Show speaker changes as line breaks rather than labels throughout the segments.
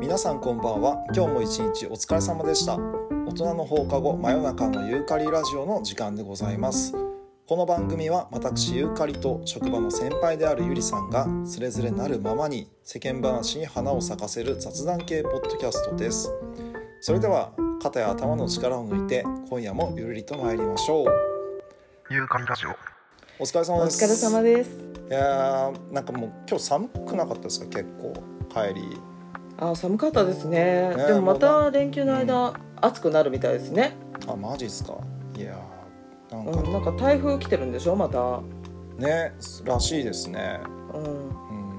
皆さんこんばんは今日も一日お疲れ様でした大人の放課後真夜中のユーカリラジオの時間でございますこの番組は私ユーカリと職場の先輩であるゆりさんがつれづれなるままに世間話に花を咲かせる雑談系ポッドキャストですそれでは肩や頭の力を抜いて今夜もゆるりと参りましょう
ユーカリラジオ
お疲れ
お
様です
疲れ様です。
いやーなんかもう今日寒くなかったですか結構帰り
あ、寒かったですね。
ね
でもま
も
た連休の間、暑くなるみたいですね。
あマジっすかいやーなんか、
うん、なんか台風来てるんでしょまた。う
ねらしいですね、
ん、
うん、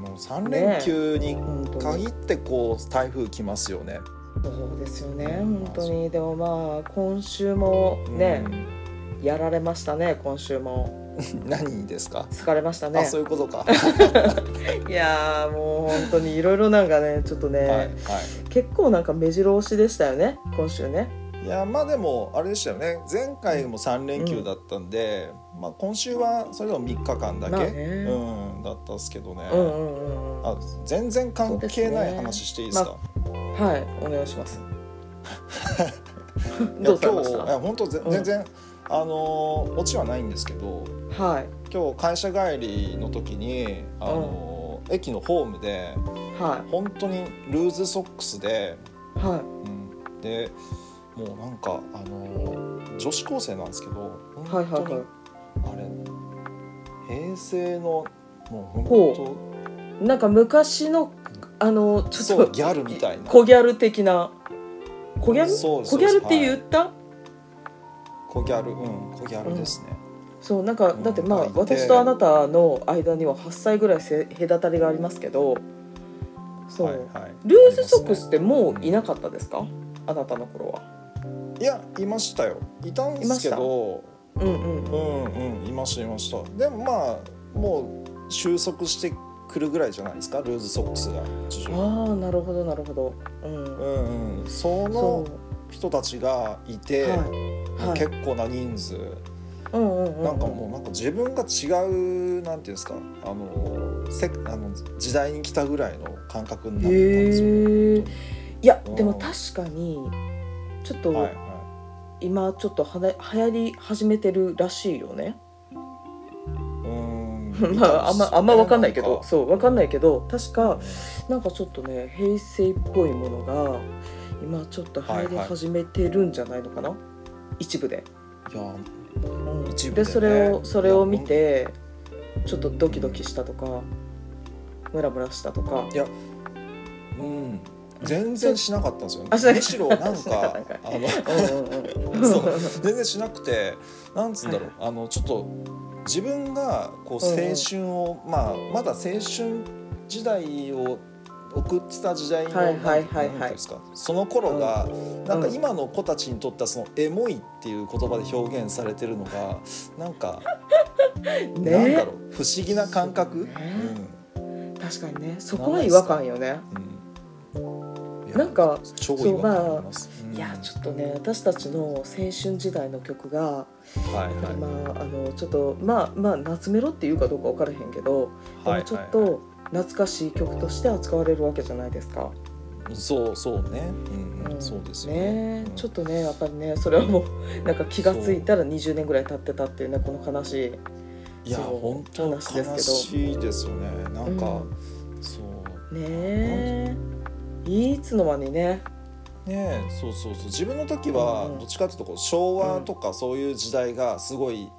もう3連休に
本当
限
に。
ってこう台風来ますよね
そうですよね。本当にでもまあ今週もね、やられましたね。今週も
うん何ですか、
疲れました
あ
ね
そ。ういうことか
いやーもう本当にい ろいろなんかねちょっとね、
はいは
結構なんか目白押しでしたよね今週ね。
いいやまあでもあれでしたよね前回も3連休だったんで、まあ、今週はそれでも3日間だけ、
まあね
うん、だったっすけどね、
うんうんうんうん。
あ全然関係ない話していいですか
はいお願いし ます。
いや
どうされ
今
ま
日
し
い
た。
や本当ぜ
うん
全然、あのーオチはないんですけど
はい
今日会社帰りの時に、あのー駅のホームで
は
本当にルーズソックスで、
い
う
は
ん、でもうなんか、あのー女子高生なんですけど
いはいはい
本当
は
にあれ平成のもう本
い。なんか昔のあのち
そ
ょっ
う
と
ギャルみたいな
小ギャル的な小ギャル
そうです
小ギャルって
は
言
い
った？
当小ギャルうん小ギャルですね、
そうなんか
うん
だってま
は
あ
い
私とあなたの間には8歳ぐらいせ隔たりがありますけど、そ
はいうはい
ルーズソックス
あ
ってもういなかったですか？あなたの頃は。
りますねいやいましたよいたんですけ
いま
ど
うんうん
う
うん。
んうんいましたいましたでもまあもう収束してくるぐらいじゃないですかルーズソックスが徐々に
ああなるほどなるほど。うん。
うんうんその
そう
人たちがいて、
はいはい。
結構な人数、
うんうんうん。
なんかもうなんか自分が違うなんていうんですかあのせあの時代に来たぐらいの感覚になったんですよ、
へえいや
うん
でも確かにちょっ
はい
と
は
今ちょっとはな流行り始めてるらしいよ ね
い、うん
まああんまあんま分かんないけ
な
ど
か
そう分かんないけど確かなんかちょっとね平成っぽいものが今ちょっと流行り始めてるんじゃないのかな、一部で,、
いや
うん
一部で
で
ね
それをそれを見てちょっとドキドキしたとかムラムラしたとか
うん全然しなかったんですよね
あしなか
む
った
しろなん
しなかっ
か
たんかい
あの
うんうんうん
そう全然しなくてなんつうんだろう、あのちょっと自分がこう
うんうん
青春を、まあ、まだ青春時代を送ってた時代の
はい
な
は
ん
い
てな
はいはい
んていうんですかその頃が、なんか今の子たちにとってはその「エモい」っていう言葉で表現されてるのがなんか、
ね
なんだろう不思議な感覚、
そうね確かにねそこは違和感よね
うんうんいや
なんか
超違和感あります、
いやち
ょ
ょっとね私たちの青春時代の曲が、
っと、はい
やっぱり
は
まああのちょっとまあまあ夏メロっていうかどうか分からへんけど、
いはい、
でもちょっ
はい
と懐かしい曲として扱われるわけじゃないですか。
そうそうね、うんうん
ん
そうですよねうん
ちょっとねやっぱりねそれはもう なんか気がついたら20年ぐらい経ってたっていうねこの悲しい。
いや
そう
本当悲
話ですけど
しいですよねなんか、
うん
そう
ねえいつの間にね。
ねえそうそうそう自分の時
う
は
んうん
どっちかっていうとこう昭和とかそういう時代がすごい、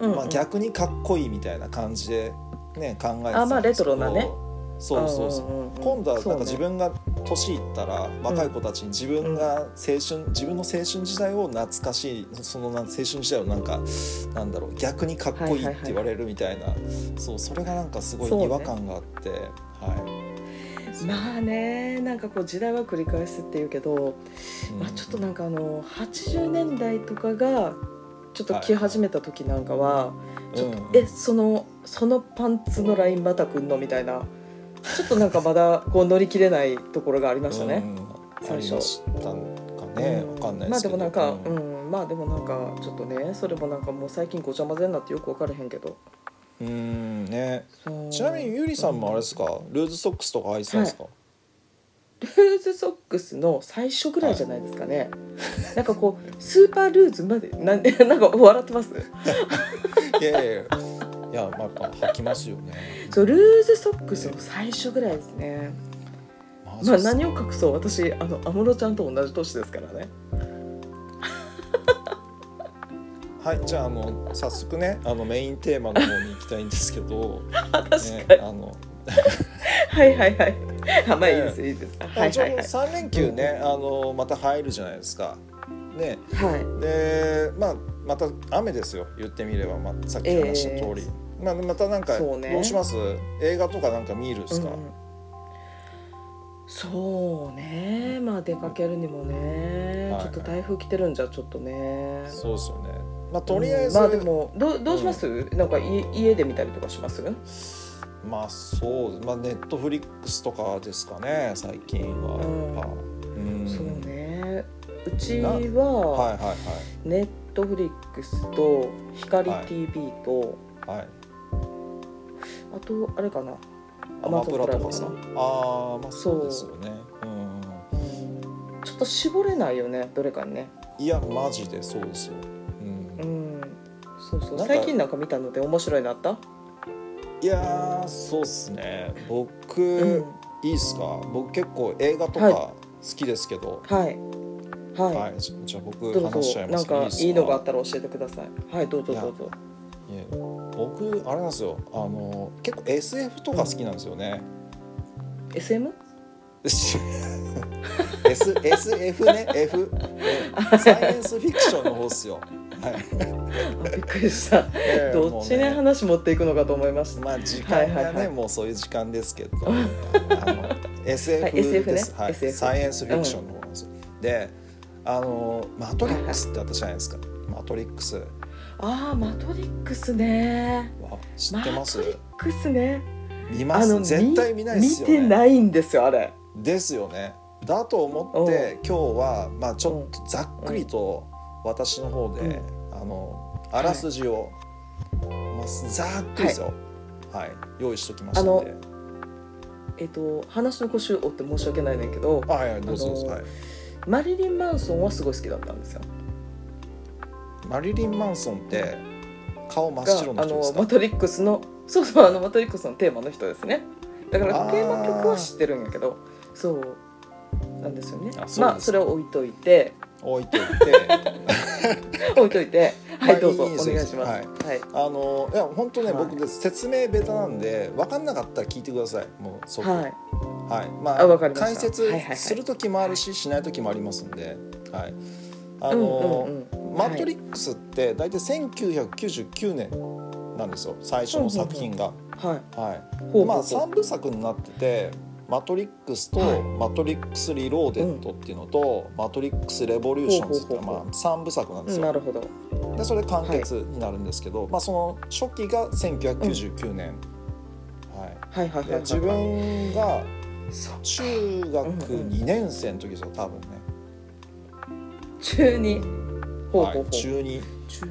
うんうん
まあ、逆にかっこいいみたいな感じでね考えてた
あまあ
んですけど
レトロなね
そうそうそう。
んんんん
今度はなんか
そう
自
ね
分が年いったら若い子たちに自分が青春、自分の青春時代を懐かしいそのな青春時代をなんかなんだろう逆にかっこいいって言われるみたいな、そうそれがなんかすごい
そうね
違和感があって、はい、
まあねなんかこう時代は繰り返すっていうけど、
うん
まあ、ちょっとなんかあの80年代とかがちょっと着始めた時なんかは、ちょっと、
うん
えそのそのパンツのラインまたくんのみたいなちょっとなんかまだこう乗り切れないところがありましたね。
うん
最初
ありましたかね、
うん
わかんない
ま
で
あ
す
で
けど
もなんか、
う
うんんまあでもなんかちょっとねそれもなんかもう最近ごちゃ混ぜになってよく分からへんけど
うんね
そう
ちなみにゆりさんもあれですか、ルーズソックスとか履いてたんですか、
ルーズソックスの最初ぐらいじゃないですかね、なんかこうスーパールーズまでなん なんか笑ってます
いやいやいやいや、まあ、やっぱ履きますよね
そうルーズソックスの最初ぐらいですね
マジ
ま
っ
あ
すか
何を隠そう私あの安室ちゃんと同じ年ですからね
はいじゃああの早速ねあのメインテーマの方に行きたいんですけ ど、
あ確かに、
ね、あの
はいはいはいあまあいいですいいですあはい
ちょ
は
う
い
ど
はい
3連休ね、あのまた入るじゃないですか。ね、
はい
で、まあ、また雨ですよ言ってみれば、まあ、さっき話した通り、まあ、またなんか
そうね
どうします映画とかなんか見るですか、
うんそうねまあ出かけるにもね、
はい
ちょっと台風来てるんじゃちょっとね
そうですよね、まあ、とりあえず、
うんまあでもどうどうします、なんかい家で見たりとかしますう
まあそうまあネットフリックスとかですかね最近は
うん
やっぱ、うん
そうねうち
なはい
は
は
ネットフリックスと光 TV と、
いはいはい
あとあれかな
アマプラとかさ
Amazon
ああまあそうですよねうん
ちょっと絞れないよねどれかにね
いやマジでそうですよ、うん
うんそうそう
なんか
最近なんか見たので面白いのあった
いやーそうっすね僕、
うん
いいっすか僕結構映画とか
はい
好きですけど、
はいはい、
はいじゃじゃあ僕
どう
話しち
ぞ
ゃいま
なん
す
か
っす
いいのがあったら教えてくださいはいどうぞ
いや
どうぞ
いえ僕あれなんですよあの結構 SF とか好きなんですよね、
SM?
し S SF ね F ねサイエンスフィクションの方っすよ。はい。
あびっくりした
ええ
どっちね
もう
話持っていくのかと思いました
まあ時間がね、
はいはいはい
もうそういう時間ですけど、あの SF
はい
で
SF
す。
ね
はい。
SF
サイエンスフィクションの方なんですよ。で、あのマトリックスってあったじゃないですか。マトリックス。わ
あーマトリックスね
知ってます
マトリッ？クスね
見ます。絶対見ないですよね。
見てないんですよあれ
ですよね。だと思って今日はまあちょっとざっくりと私の方で、あのあらすじを、まあ、ざっくりですよ、はい用意しときましたんで
えっと話の腰折って申し訳ないねんけど
あはいはいどうぞどうぞ、
あの
はい、
マリリン・マンソンはすごい好きだったんですよ
マリリン・マンソンって顔真っ
が
白
あ
の人で
の
すか
マトリックスのそうそうあのマトリックスのテーマの人ですねだか
あ
ら
ー
テーマ曲は知ってるんやけどそうなんですよね
あそうです
まあそれを置いとい て
置いていて
置いといて
まあ
はいどうぞ
いい
お
です
願いしますはい、
あのいや本当ね、
はい
僕で説明ベタなんで分かんなかったら聞いてくださいもうそこ
はい、
はい、ま
あ
あ
わかりま
解
したは
説
いはいはい
する時もあるし、しない時もありますんで、はい、あ
うん
の、
うんうん
マトリックスって大体1999年なんですよ最初の作品が。
はい
はい
ほうほうほう
まあ、3部作になってて「マトリックス」と
はい
「マトリックス・リローデッド」っていうのと「マトリックス・レボリューションズ」っていうの
ほう
はまあ3部作なんで
う
す
んな
よ。
るほど
でそれ完結になるんですけど、まあ、その初期が1999年。はい
はいはいはい、
で
はい、
自分が
そう
中学
うんうん
2年生の時ですよ多分ね、
中二ほうほうほう、
はい、中2
中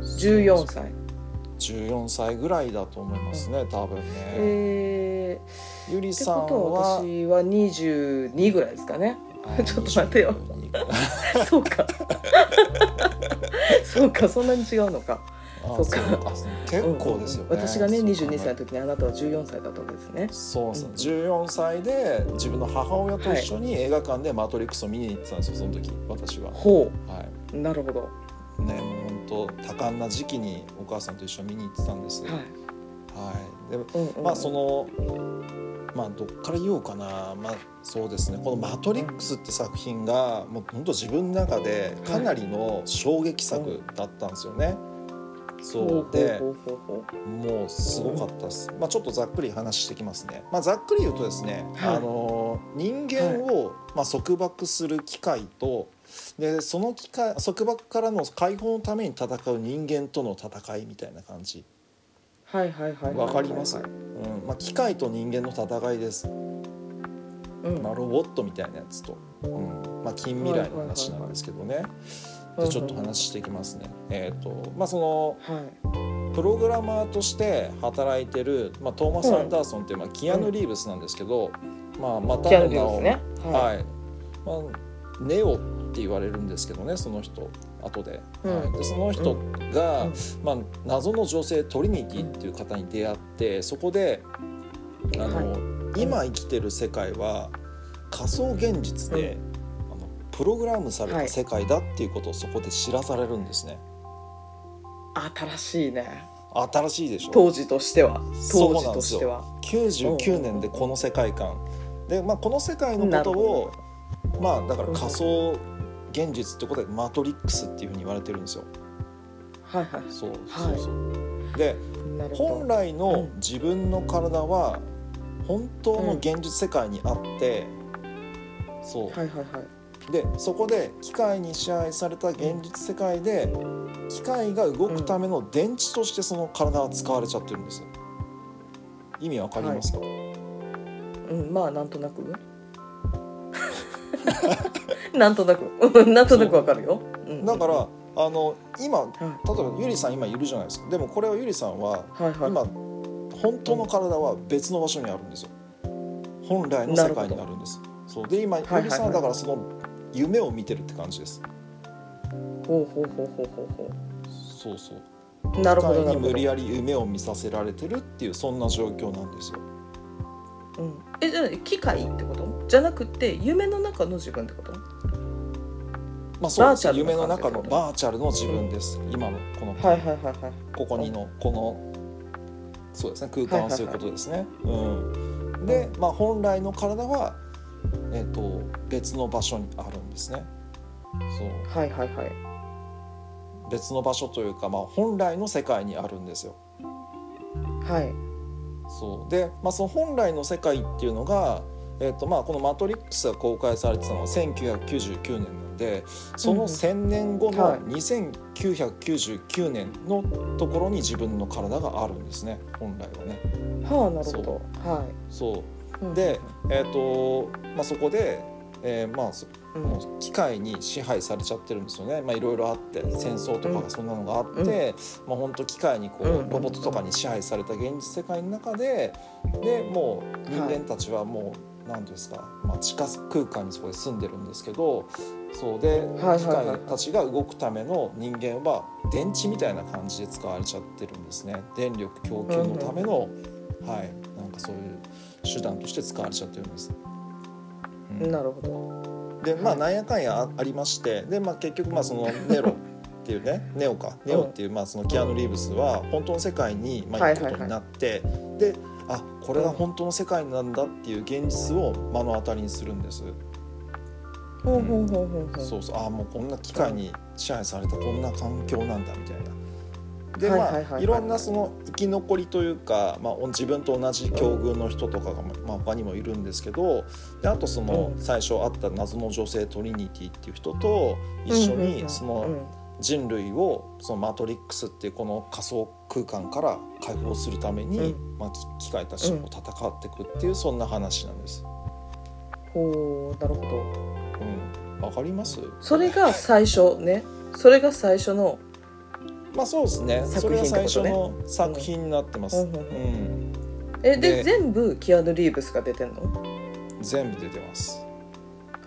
二十四歳
14歳ぐらいだと思いますね多分ね、
えー、
ゆり
って
さん
ことは
は
私は22ぐらいですかね
あ
ちょっと待ってよ
22
そうか そうかそんなに違うのか
あ
そ
そ
うか
うか結構ですよね、
うんうん私がね
そう考え
22歳の時にあなたは14歳だったわけですね
そうそう14歳で自分の母親と一緒に映画館で「マトリックス」を見に行ってたんですよその時私は。
ほ
は、
うなるほどはい
ねもう本当多感な時期にお母さんと一緒に見に行ってたんです。はい
い、
で
うんうん
まあそのまあどっから言おうかなまあそうですねこの「マトリックス」って作品がもう本当自分の中でかなりの衝撃作だったんですよね。そうで
ほうほうほうほ
もうすごかったです。まあちょっとざっくり話してきますね。まあざっくり言うとですね、
はい
あの人間をまあ束縛する機械とでその機械束縛からの解放のために戦う人間との戦いみたいな感じ。
うはいはいはいは
わ
い
かります。
は
う
い
ん、まあ機械と人間の戦いです。
うん
まあ、ロボットみたいなやつと、うんまあ、近未来の話なんですけどね、
はいはいはいはい
でちょっと話していきますね。えーとまあ、そ
はい
のプログラマーとして働いてる、まあ、トーマス・アンダーソンっていう、まあ、キアヌ・リーブスなんですけど、まあ、また
ジャ
の
ンル
名
です
を、
ね。。
はいいまあ、ネオって言われるんですけどねその人後で,、
うん
はい、でその人が、
うん
まあ、謎の女性トリニティっていう方に出会ってそこであの、今生きてる世界は仮想現実で、あのプログラムされ
は
た
い
世界だっていうことをそこで知らされるんですね。
新しいね。
新しいでしょ
当時としては。
そう
当
なんですよ
時としては。
99年でこの世界観で、まあ、この世界のことを、まあ、だから仮想現実ってことで「マトリックス」っていうふうに言われてるんですよ。
はいは
そう
は
そ
い
うそうで
い。なるほ
本
ど。
来の自分の体は本当の現実世界にあって、そ
はいはいは
うでそこで機械に支配された現実世界で機械が動くための電池としてその体は使われちゃってるんですよ。意味わかりますか、
い。うんまあなんとなく。 なんとなく。 うんなんとなくわかるよ。うん
だからあの今
は
例えばゆりさん今いるじゃないですかでもこれはゆりさんはい
はいはい。
今本当の体は別の場所にあるんですよ本来の世界になるんですそうで今ゆ
はいはい
りさんはだからその夢を見てるって感じです、
ほうほうほうほうほうほ
そうそう
う。なるほど
世
な
界に無
るほど
理。やり夢を見させられてるっていうそんな状況なんですよ
うんえじゃあ機械ってこと？じゃなくて夢の中の自分ってこと？
まあそうです
バーチャル
夢の
な感じ
中のバーチャルの自分です、今のこの
はいはいはいはい。
ここにのこのそうですね空間はそういうことですね。うん、で、まあ、本来の体は、えっと別の場所にあるんですね。そう
はいはいはい。
別の場所というか、まあ、本来の世界にあるんですよ。
はい。
そうで、まあ、その本来の世界っていうのが、えっとまあ、この「マトリックス」が公開されてたのは1999年なんでその1,000年後
は
の
い
2999年のところに自分の体があるんですね本来はね。
はあなるほど。は
そう
いうん。
で、えーとまあ、そこで、えーまあ、そ
うん
もう機械に支配されちゃってるんですよねまあいろいろあって戦争とか
うん
がそんなのがあって、まあ、本当機械にこう、
うん
ロボットとかに支配された現実世界の中ででもう人間たちはもう何、なんていうんですか、まあ、地下空間にそこで住んでるんですけどそうで
はいはい
機械たちが動くための人間は電池みたいな感じで使われちゃってるんですね電力供給のための、はいなんかそういう手段として使われちゃってるんです。うん
なるほど。
でまあ
はい
なんやかんやあありましてで、まあ、結局まあそのネロっていう ねネオかネオっていうまあそのキアヌ・リーブスは本当の世界にまあ
は
行
い
く
はいはい
ことになって、であこれが本当の世界なんだっていう現実を目の当たりにするんです。
ほうほうほうほうほう。
そうそうあもうこんな機械に支配されたこんな環境なんだみたいな。で
はい
ま
はいはいは
あ、
い
いろんなその生き残りというか、まあ、お自分と同じ境遇の人とかが、まあ、他にもいるんですけどであとその
うん
最初会った謎の女性トリニティっていう人と一緒
うんうんう
に
ん
そうの
ん
人類をそのマトリックスっていうこの仮想空間から解放するために
う、
まあ、き機械たちとこう戦っていくっていうそんな話なんです。
ほうなるほど。
うん、わかります
それが最初ねそれが最初の
まあそうですね。そ
作
れ
品
が
って
最初
ことね
の作品になってます。
う
うん
うんうん
ん、
えで
で
全部キアヌ・リーブスが出てんのはい
全部出てます。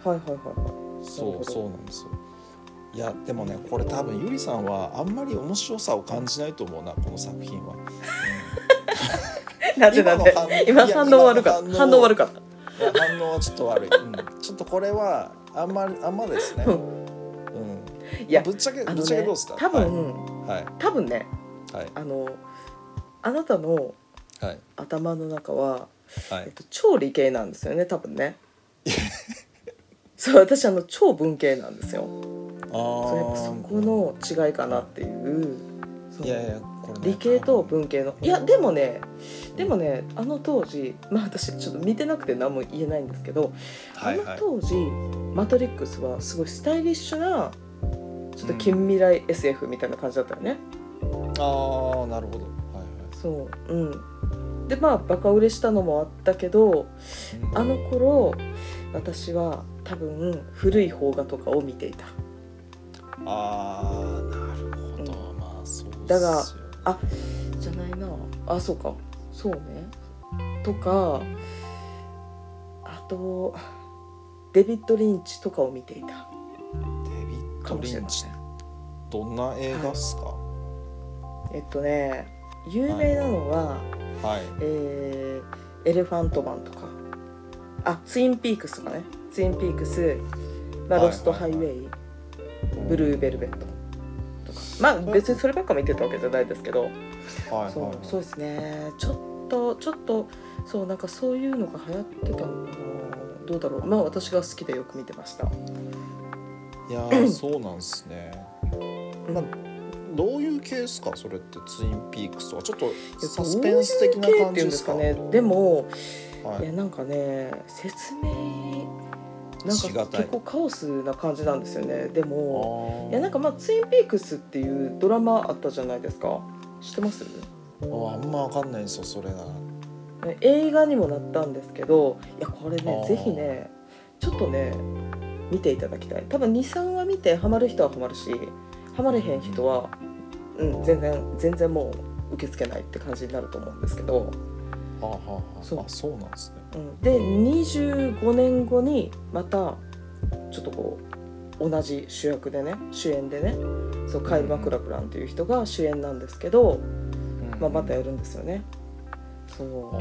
はいはな
そ
るほ
う
ど
そうなんですよ。いやでもねこれ多分ゆりさんはあんまり面白さを感じないと思うなこの作品 は。
いはいなんでなんで今
今の反
反応悪か
いや今
っ
の
た
反
反
応
応悪かった
いや反応はちょっと悪い。うん、ちょっとこれはあんまりあんまですね。
う
うん。
いや
ぶっちゃけ、
あ
ぶ
の
っちゃけ
ね
どうですか。
多分、
はい
多分ね
はい
あのあなたの
はい
頭の中は、
は
えっ
い。
と、超理系なんですよね多分ね そう私あの超文系なんですよ
ああ。
そうやっぱそこの違いかなっていうそう
いやいやこれ、ね、
理系と文系のいやでもねでもねあの当時まあ私ちょっと見てなくて何も言えないんですけど、
はいは
あの
い。
当時「マトリックス」はすごいスタイリッシュなちょっと近未来 SF みたいな感じだったよね、
ああなるほど。はい
そううんでまあバカ売れしたのもあったけど
はい。うん
あの頃私は多分古い邦画とかを見ていた
ああなるほど、まあそうですよね
だがじゃないなあそうかそうねとかあとデビッド・リンチとかを見てい
デ
た
ビッ
か
ド・
もし
リ
れ
ン
ま
チ
せん
どんな映画っすかは
えっとね有名なのは、
い、
えーエレファントマンとかあツインピークスとかねツインピークス、まあ、
はい
ロストハイウェイ、
ー
ブルーベルベットとかまあ別にそればっか見てたわけじゃないですけど、
はいはい
そう
はい
そうですねちょっとちょっとそうなんかそういうのが流行ってたのかなどうだろうまあ私が好きでよく見てました
いや ーそうなんですねまあどういう系ですかそれってツインピークスとはちょっとサスペンス的な
どういう系っ
感
て
じ
いうん
で
です
す
か
か
ねでも
はい
いやなんかね説明なん
しが
か
たい
結構カオスな感じなんですよねで
あ
も
ー
いやなんかまあツインピークスっていうドラマあったじゃないですか知ってます
ああんまわかんないんですよそれが
映画にもなったんですけどいやこれ
あ
ね
ー
ぜひねちょっとね見ていただきたい多分23話見てハマる人はハマるしハマれへん人は、うん、全然全然もう受け付けないって感じになると思うんですけど、
はあはあはあ
そう
あそうなんですね
うん、で25年後にまたちょっとこう同じ主役でね主演でねそうカイル・マクラクランっていう人が主演なんですけど、まあ、またやるんですよね。そう
あ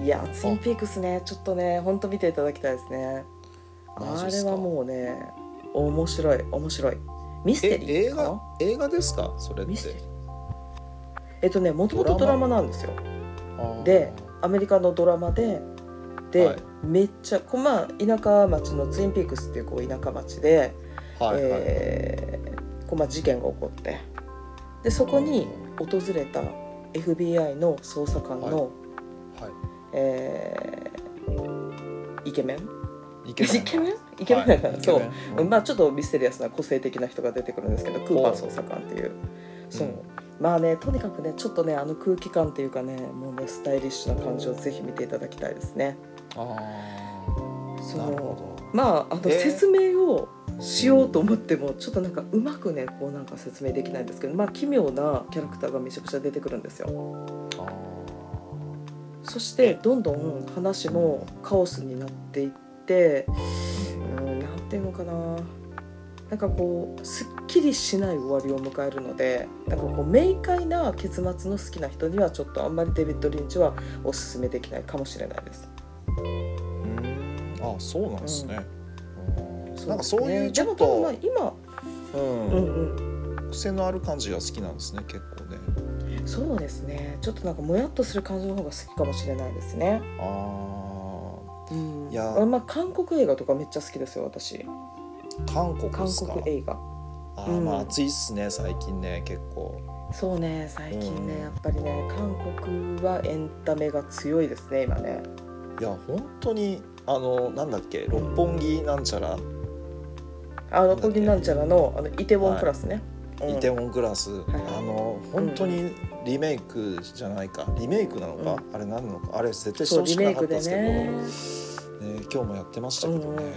ー
いやツインピークスねちょっとね本当見ていただきたいですね
マジっ
あれ
すか
はもうね面白い面白いミス
え
テリ
映
ーか
画
な
映画ですかそれって
ミステリーえっとねもともと
ド
ド
ラ
ラ
マ
マなんですよ
あー
でアメリカのドラマでで、
はい
めっちゃこうまあ田舎町のツインピークスっていうこう田舎町で、
はいはい、
えーこうまあ、事件が起こってでそこに訪れた FBI の捜査官の、
は
えーイケメン
い、イケメン
イケメンイケメンだから、
はい
そう
イケメンうん
まあちょっとミステリアスな個性的な人が出てくるんですけどクーパー捜査官っていうそう、
うん
まあねとにかくねちょっとねあの空気感っていうかねもうねスタイリッシュな感じをぜひ見ていただきたいですね
あ
そ
あなる
の
ほど
まああの
えー
説明をしようと思ってもちょっとなんかうまくねこうなんか説明できないんですけどまあ奇妙なキャラクターがめちゃくちゃ出てくるんですよ
あ
そしてどんどん話もカオスになっていってうんなんていうのかななんかこうすっきりしない終わりを迎えるのでなんかこう明快な結末の好きな人にはちょっとあんまりデビッド・リンチはおすすめできないかもしれないです。
ーうんあそうなんですね、うんなんか
ですね
そういうちょっ
でも
と
多分ま
う
あ今、うん
ん
うん、
癖のある感じが好きなんですね結構ね
そうですねちょっとなんかもやっとする感じの方が好きかもしれないですね。
あ
うん
いや
あまあ、韓国映画とかめっちゃ好きですよ私
ー韓国で
韓
すか
国映画。
あーま
う
あ
ん
暑いっすね最近ね結構
そうね最近ね、
うん
やっぱりね韓国はエンタメが強いですね今ね
いや本当にあのなんだっけ六本木なんちゃら、
あ
だっ
の
け
小木なんちゃらのあのイテウォンクラスね、うん
イテウォンクラス、
いはい
あの本当にリメイクじゃないかリメイクなのか、あれなんなのかあれ絶対して
そう
ほし
リ
くな
メイ
かったん
クで
ですけど、
ね
ね、今日もやってましたけどね、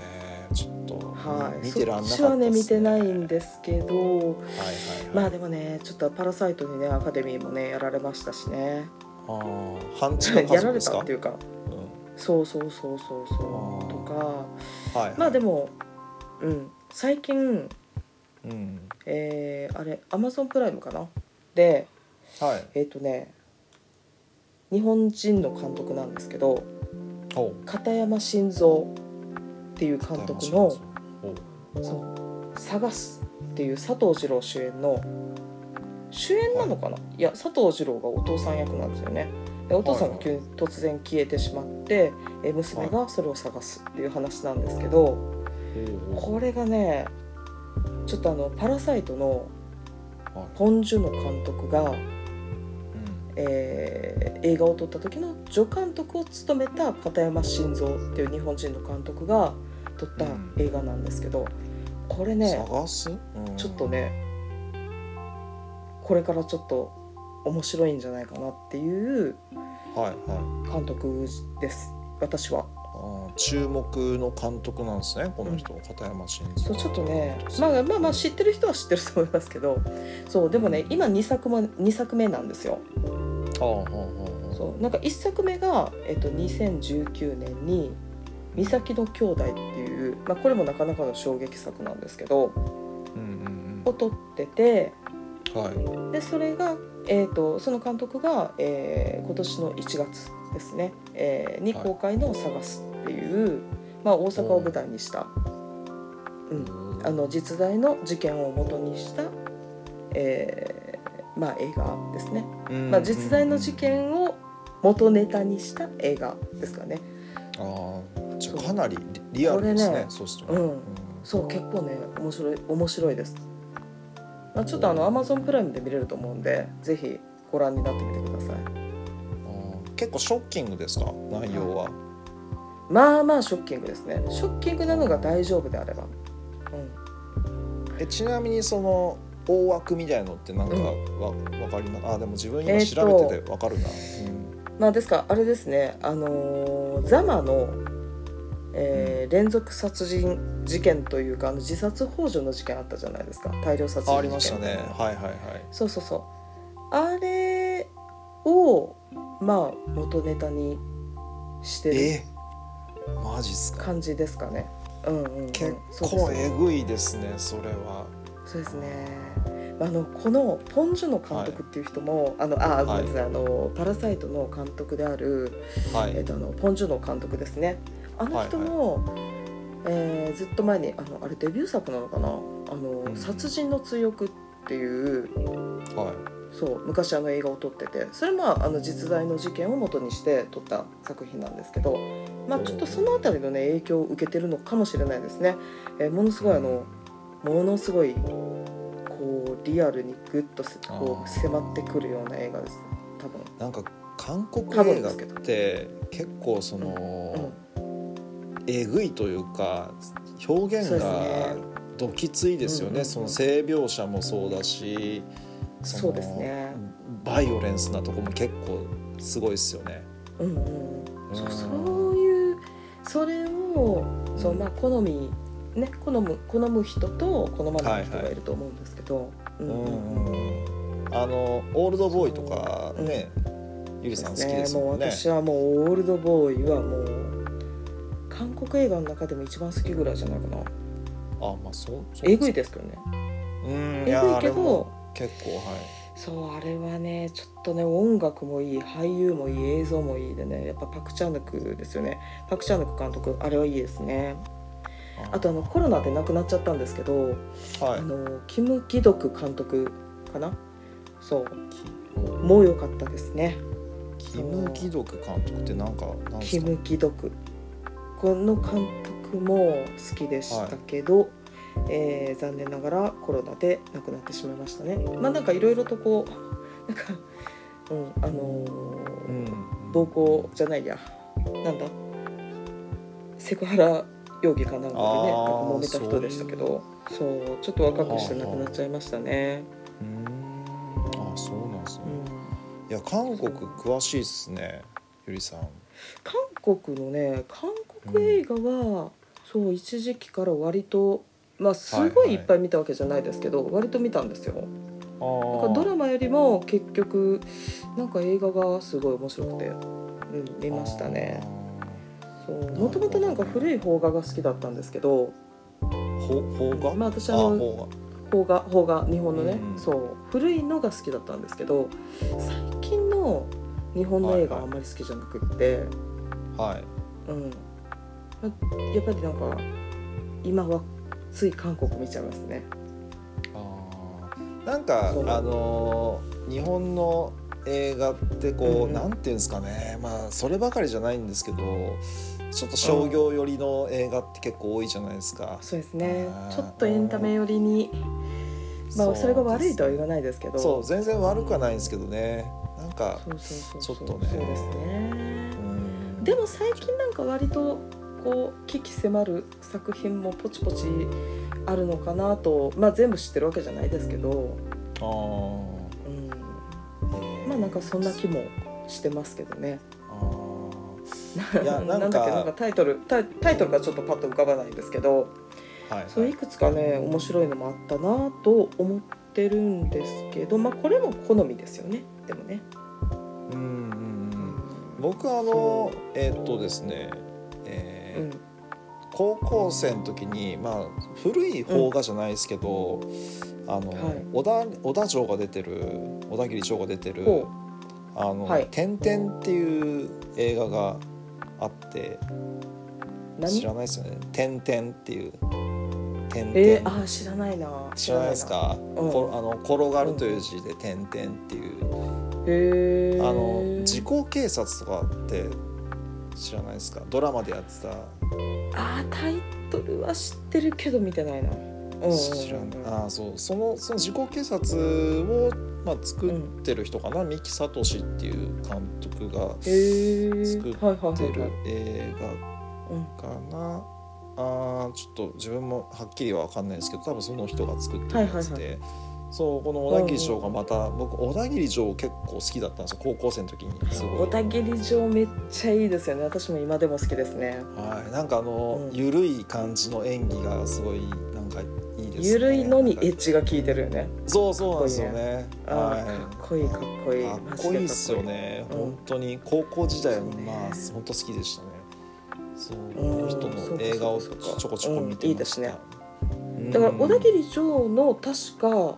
ちょっと、
はい
見てらんなか
そ
っ
っちは
た
ね
っ
見てない
はい
んですけど
はいはい、
まあでもねちょっと「パラサイト」にねアカデミーもねやられましたしね
あー半地の家
やら
族
れ
です
た
か
っていうか
うん
そうそうそうそう
あー
そうとか
はいはい
まあでもうん最近
うん
えーあれアマゾンプライムかなで
はい
えっ、とね日本人の監督なんですけど
おう
片山晋三っていう監督の
おう
「そう探す」っていう佐藤二朗主演の主演なのかな、い、や佐藤二朗がお父さん役なんですよねでお父さんが急に突然消えてしまって、え娘がそれを探すっていう話なんですけど、
おう
これがねちょっとあの「パラサイト」の
はい
ポン・ジュの監督が、
うん
えー映画を撮った時の助監督を務めた片山晋三っていう日本人の監督が撮った映画なんですけど、これね
探す、うん
ちょっとねこれからちょっと面白いんじゃないかなっていう
はいはい
監督です私は。
あー注目の監督なんですねこの人、片山晋三
そうちょっとね、まあ、まあまあ知ってる人は知ってると思いますけどそうでもね今2作も二作目なんですよ。
ああはあはあはあ
そうなんか1作目が、えっと、2019年に「美咲の兄弟」っていう、まあ、これもなかなかの衝撃作なんですけど
うん
を撮ってて
うんうんはい
でそれが、えー、とその監督が、えー今年の1月ですね、えーに
はい
公開の「探す」っていう、まあ、大阪を舞台にしたあの実在の事件を元にした、えーまあ、映画ですね、まあ、実在の事件を元ネタにした映画ですかね。
あーじゃあかなりリリアルです
こ
ね
れね
そうすると
う
ね
んそう結構ね面白い面白いです、まあ、ちょっとあの Amazon プライムで見れると思うんでぜひご覧になってみてください
あー結構ショッキングですか内容は
まあまあショッキングですねショッキングなのが大丈夫であれば、
えちなみにその大枠みたいのってなんか
うん
わわかりますあーでも自分
え
今
ーと
調べててわかるなうん
うん、まあですからあれですねあのーザマの、えー連続殺人事件というかあの自殺ほ助の事件あったじゃないですか大量殺人事件
あありましたねはいはいはい
そうそうそうあれをまあ元ネタにしてる
えマジっすか
感じですかね。うんうんうん、
結
そう
構
です
えぐいですねそれは
そうですね。あのこのポン・ジュの監督っていう人も、あのあごめんなさいあのパラサイトの監督である、
は
えっ
い
とあのポン・ジュの監督ですね。あの人も、えーずっと前にあのあれデビュー作なのかなあの、
うん
殺人の追憶っていう
はい
そう昔あの映画を撮っててそれもあの実在の事件を元にして撮った作品なんですけど、まあ、ちょっとその辺りの、ね、影響を受けてるのかもしれないですね。えーものすごいあのものすごいこうリアルにグッとせこ
あー
う迫ってくるような映画です多分。
なんか韓国
多分
映
で
画っ
すけど
て結構そのえぐいというか表現が
そう
どきついですよ
うんうんう
ね
ん
その性描写もそうだしの
そうですね
バイオレンスなとこも結構すごいですよね。
うんうん
うん
そうそういうそれをそう、まあ、好み、ね、好む好む人と好まない人がいると思うんですけど。う
うんん
う
う
ん
んあのオールドボーイとかねゆりさん好きです
も
も
うん
ね。
私はもうオールドボーイはもう韓国映画の中でも一番好きぐらいじゃないかな
あまあそうそう
えぐいですけどね
うんい
え
や
ぐい
あ
け
れも
ど
結構はい。
そうあれはねちょっとね音楽もいい俳優もいい映像もいいでねやっぱパク・チャンヌクですよねパク・チャンヌク監督あれはいいですねあとあのコロナで亡くなっちゃったんですけど、
は
あ
い。
のキム・ギドク監督かなそうもう良かったですね
キム・ギドク監督ってなんかなんです
キ
か
ム・ギドクこの監督も好きでしたけど、えー残念ながらコロナで亡くなってしまいましたねまあなんかいろいろとこうなんか、うん、あのー
うん
暴行じゃないやなんだセクハラ容疑かなんかでねなんか
あー
揉めた人でしたけどそうちょっと若くして亡くなっちゃいましたね、
うんあそうなんですね
う、ん、
いや韓国詳しいっすねゆりさん
韓国のね韓国映画は、そう一時期から割とまあすご
はいはい
いいっぱい見たわけじゃないですけど、割と見たんですよ
あ
なん
ー
かドラマよりも結局なんか映画がすごい面白くて、うん、見ましたねそうもともとなんか古い邦画が好きだったんですけど
あーほ邦画
まあ私
あ
あ
ー
の
邦
邦画邦画日本のね、
うん
そう古いのが好きだったんですけど最近の日本の映画はあんまり好きじゃなくって、
画はい
うん、まやっぱりなんか今はつい韓国見ちゃいますね。
あーなんか
そう
あのー日本の映画ってこう、
うんうん
なんていうんですかねまあそればかりじゃないんですけどちょっと商業寄りの映画って結構多いじゃないですか、
そうですね
あー
ちょっとエンタメ寄りに、まあ、それが悪いとは言わないですけど
そう全然悪くはないんですけどねなんか
そうそうそうそう
ちょっとね
そうですね
うん
でも最近なんか割とこう危機迫る作品もポチポチあるのかなと、まあ、全部知ってるわけじゃないですけど、
あー
うん、
えー
まあなんかそんな気もしてますけどね。
あーいやなん
だっけ
か
なんかタイトルタイタイトルがちょっとパッと浮かばないんですけど。
はい、
そういくつかね面白いのもあったなと思ってるんですけど、まあ、これも好みですよねでもね。
うんうんうん
う
僕はあのえーっとですね、えね、
うん
高校生の時に、まあ、古い邦画じゃないですけど、あの
はい
小田小田城が出てる小田切城が出てる
ほ
「あの
はい
天々」っていう映画があって
う何
知らないですよね「天々」っていう「天々」
えー、あー知らないな
知らないですか、
うん
こあの転がるという字で「天々」っていう、
へえ
あの時効警察とかって知らないですかドラマでやってた
あータイトルは知ってるけど見てないな、うんうん、
知らないあーそうそのその自己警察を、まあ、作ってる人かな、三木聡っていう監督が
へえ
作っ
はいはい
出
はいは
る
い
映
うん
画かなあーちょっと自分もはっきりは分かんないですけど多分その人が作ってるやつで、
はい
そうこの小田切城がまた、僕小田切城結構好きだったんですよ高校生の時にすご
小
い。
田切城めっちゃいいですよね私も今でも好きですね
はい、なんかあの、
うん
ゆるい感じの演技がすごいなんかいいですね。
ゆるいのに
なんか
エッジが効いてるよね
そうそうなんですよね。
あ
はい
ーかっこいいかっこいい
かっ
マジ
こいいっすよね、
うん
本当に高校時代はまあ
そ
本当好きでしたねそう
うん
人
そう
の
か
映画を
そうかそうか
ちょこちょこ見て
うんいい
ま
で
し
す
た
ねだから小田切城の確か、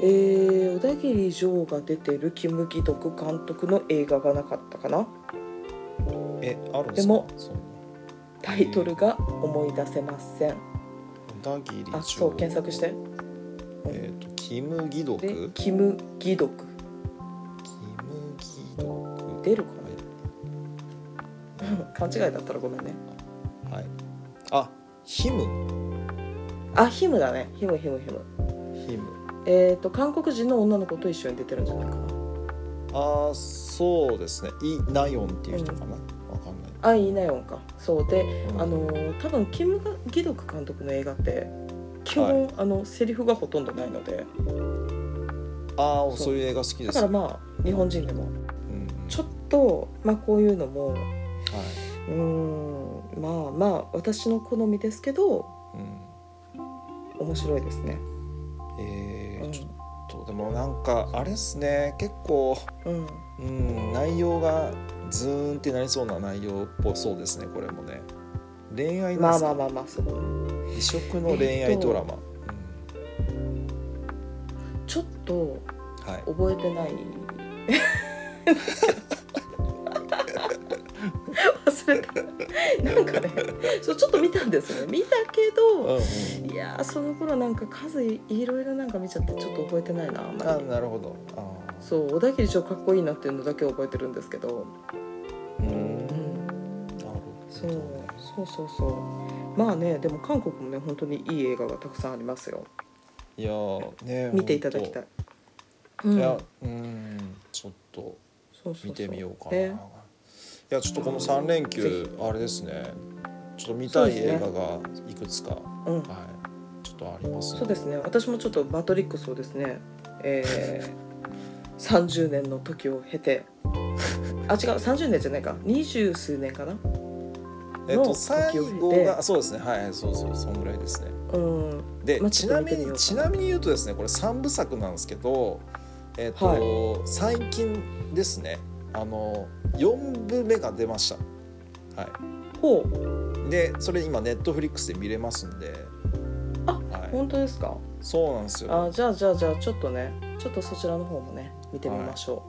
えー小田切城が出てるキム・ギドク監督の映画がなかったかな
えあるんで
です
か
も
その
タイトルが思い出せません
小田切
あそう検索して
えっ、とキムギドクキ
で
ム
キム・ギドク
ギドク
出るかな 勘違いだったらごめんね
はい、はい、あヒム
あヒムだねヒムヒムヒム
ヒム
えっ、と韓国人の女の子と一緒に出てるんじゃないかな
あーそうですねイナヨンっていう人かな、わかんない
あイ・ナヨンかそうで
うん
あのー多分キム・ギドク監督の映画って基本、あのセリフがほとんどないので
あー
そう
そういう映画好きで
だ
す
か
よ
らまあ日本人でも
うん
ちょっと、まあ、こういうのも
は
うーんまあまあ私の好みですけど
い、うん
面白いですね。
えー
うん
ちょっとでもなんかあれっすね結構、
うん、
うん、内容がズーンってなりそうな内容っぽそうですねこれもね恋愛なん
ま
で
あ
すか、
まあまあまあそう
異色の恋愛ドラマ、
ちょっと
うんはい
覚えてない忘れたなんかねそうちょっと見たんですね見たけど
うん
いやーその頃なんか数いいろいろなんか見ちゃってちょっと覚えてないなあん
うん、あ
まり
なるほどあー
そう小田切城かっこいいなっていうのだけ覚えてるんですけど、
うー
うんん、
なるほ
そう
ど
そうそうそうまあねでも韓国もね本当にいい映画がたくさんありますよ
いやーね
見ていただきた
い、
い、うん、
いやうんちょっと
そうそうそう
見てみようかな、
ね
いやちょっとこの三連
ぜ
休あれですねちょっと見たい映画がいくつか、
う
は
ん
い、ちょっとありますね
そうですね私もちょっと「マトリックス」をですね、え ー、30年の時を経てあ違う30年じゃないか二十数年かな
えっと
の
最
時を経て
後がそうですねはいそうそうそんぐらいですね
うん
で、
まあ
ち
ちょっ
な
と見
み
てみよう
に
か
ちなみに言うとですねこれ三部作なんですけどえっと、最近ですねあの四部目が出ましたは
ほう
いでそれ今ネットフリックスで見れますんで
あ
はい、
本当ですか
そうなんですよ
あじゃあじゃあじゃあちょっとねちょっとそちらの方もね見てみましょ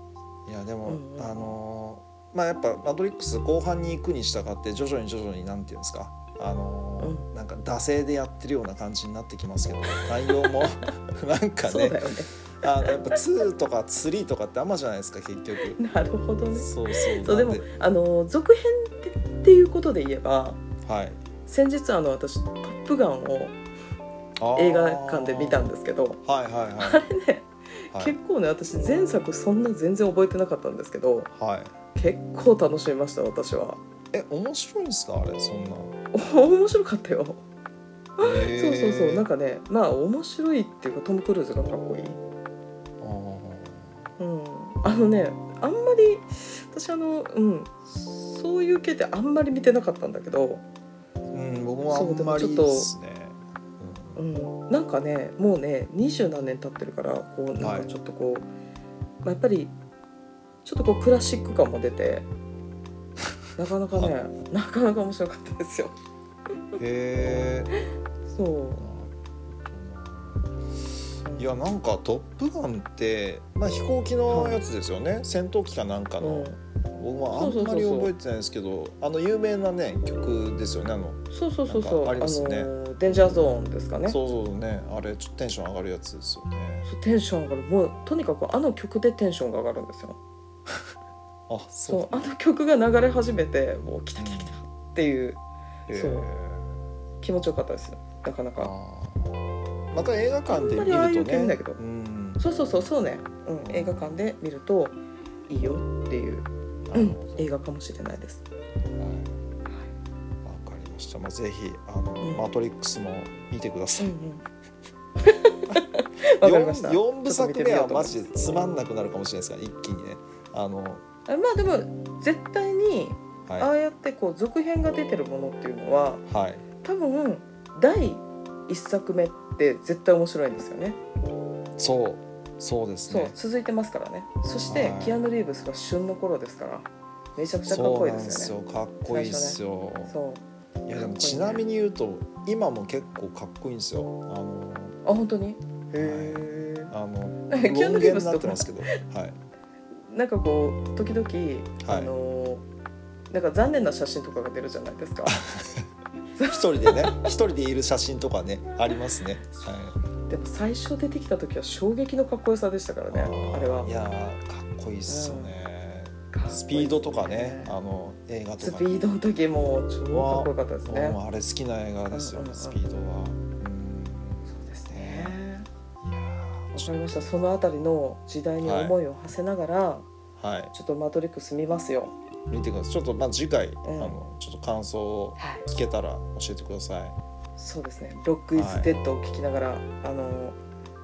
いやでも、
うんうん
あのーまあやっぱ「マトリックス」後半に行くに従って徐々に徐々になんていうんですかあのーなんか惰性でやってるような感じになってきますけど内容 もなん
う、
か
そう
ね
だよね
あのやっぱ2とか3とかってあんまじゃないですか結局
なるほどね
そうそう
そうでも
なんで
あの続編ってっていうことで言えば
はい
先日あの私「トップガン」を
あー
映画館で見たんですけど
はいはいはい
あれね、
はい
結構ね私前作そんな全然覚えてなかったんですけど
はい
結構楽しみました私は
え面白いんですかあれそんな
面白かったよ、
へー
そうそうそうなんかねまあ面白いっていうかトム・クルーズがかっこいい、
あ
うん、あのねあんまり私あのうんそういう系ってあんまり見てなかったんだけど、
ーうん僕もあんま
そうでもちょ
り
っと
ですねう
うんん、なんかねもうね二十何年経ってるからこうなんかちょっとこう、まあ、やっぱりちょっとこうクラシック感も出てなかなかねなかなか面白かったですよ
へえ
そう
いやなんか「トップガン」って、まあ、飛行機のやつですよね、戦闘機かなんかの、
う
僕はあ
そうそ
ん
うそ
ま
う
り
そう
覚えてないですけどあの有名なね曲ですよねあの
ん、そうそうそうそ
なん
う
かありますね
のデンジャーゾーンですかね
そうそうそうねあれちょっとテンション上がるやつですよね
そうテンション上がるもうとにかくあの曲でテンションが上がるんですよ
あ
そ
そう
うあの曲が流れ始めてもう来た来た来たっていう
へ
そう
ー
気持ちよかったですなかなか
あーまた映画館で見るとね
あんまりああいう系見ないけど
うん
そうそうそうそうね、うん、映画館で見るといいよっていう、
な
う
る
ん
ほど、
映画かもしれないです
はいわかりました、まあ、ぜひあの、
うん
マトリックス」も見てくだ
う
さ
ん
い、
うんわかりました
4, 部作目はマ
で
ジでつまんなくなるかもしれないですから一気にねあの、
まあでも絶対にあ
は
あやってこう続編が出てるものっていうのはい
はい、
多分第一作目って絶対面白いんですよね
そうそうです
そう
ね
続いてますからねそして
はい
キアヌ・リーブスが旬の頃ですからめちゃくちゃかっ
そ
こ
う
いい
なん
で
ですす
よ
よ
ね
かっこいいですよ、
そう
いやでもちなみに言うと今も結構かっこいいんですよあの
あ本当にへえ
あの
キ
ロ
ア
ン
ヌ・リ
毛
ーブ
に
ス
なっ
と
て
か
ますけどはい
なんかこう時々、
はい
あのーなんか残念な写真とかが出るじゃないで すか
一人で ね一人でいる写真とかねありますねは
でも最初出てきた時は衝撃のかっこよさでしたから
い
ねあれはい
やーかっこいいっすよね、スピードとかねあの映画と
ス
か
ピードの時も超かっこよかったですね
もうあれ好きな映画ですよね、
うんうんうん
スピードはうん
そうですね
いや
わかりましたそのあたりの時代に思いを馳せながら、
ーはい
ちょっとマトリックス見ますよ
見てくださいちょっとまあ次回、
ん
あのちょっと感想を
はい
聞けたら教えてください
そうですね「ロック・イズ・デッド」を聴きながら、あの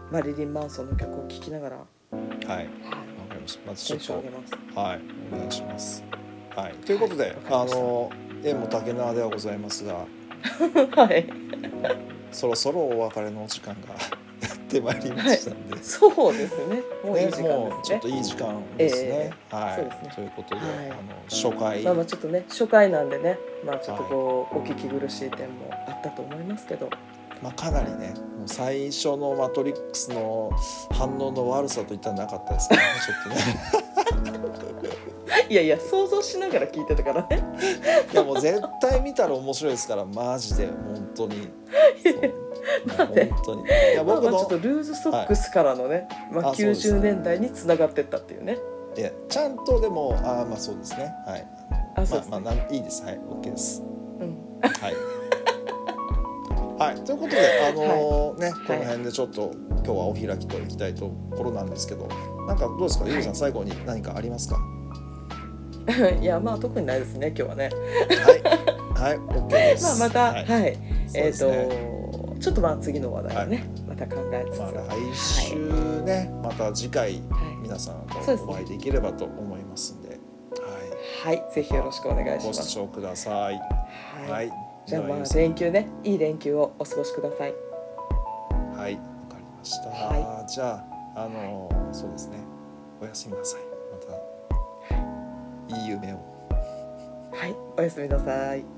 マリリン・マンソンの曲を聴きながら、は
はい
い、
わかりましたまずち
テ
ょっ
ンション上
と
げます
はい、お願いします。はい、ということで、
はい
あの、縁も竹縄ではございますが、
はい
そろそろお別れのお時間がやってまいりましたんで。
そうですねもういい時
ね、も
間
う
です
ちょっ
ね
といい時間ですね。はい、
そうですね
ということで、
はい
あの初回、
まあまあちょっとね初回なんでねまあちょっとこう、お聞き苦しい点もあったと思いますけど
まあかなりね、もう最初のマトリックスの反応の悪さといったらなかったですけどね、 ちょっとね。
いやいや想像しながら聞いてたからね
いやもう絶対見たら面白いですから、マジで本当 に。
まあ
そう
ね
本当に。いや
まあ
僕
まあち
の
ょっとルーズソックスからのね、ま
あ
あ
そうです
90年代につながってったっていうね
でちゃんとでもあーまあそうですねはい
あそうです
ま
ね
あまあなんいいですはい OK です
うん
はい はいということであのーねこの辺でちょっと今日はお開きといきたいところなんですけどなんかどうですかゆうさん最後に何かあり ますか
いやまあ特にないですね今日はね
はいはい OK です
まあまた
は
はいい、
そう
えっ、
ですね
とちょっとまあ次の話題をね、また考えつつ、
まあ
はい
来週ねまた次回皆さんと
そうですね
お会いできればと思いますんでは
はいぜひよろしくお願い
い
し
ご
ま
視
す。
聴ください
はい、
はい
じゃあまあ
ゆうさん
連休ねいい連休をお過ごしくださ
は
い。
い、わかりました。
は
じゃあ、あの、そうですね。おやすみなさい。また。いい夢を。
はいおやすみなさい。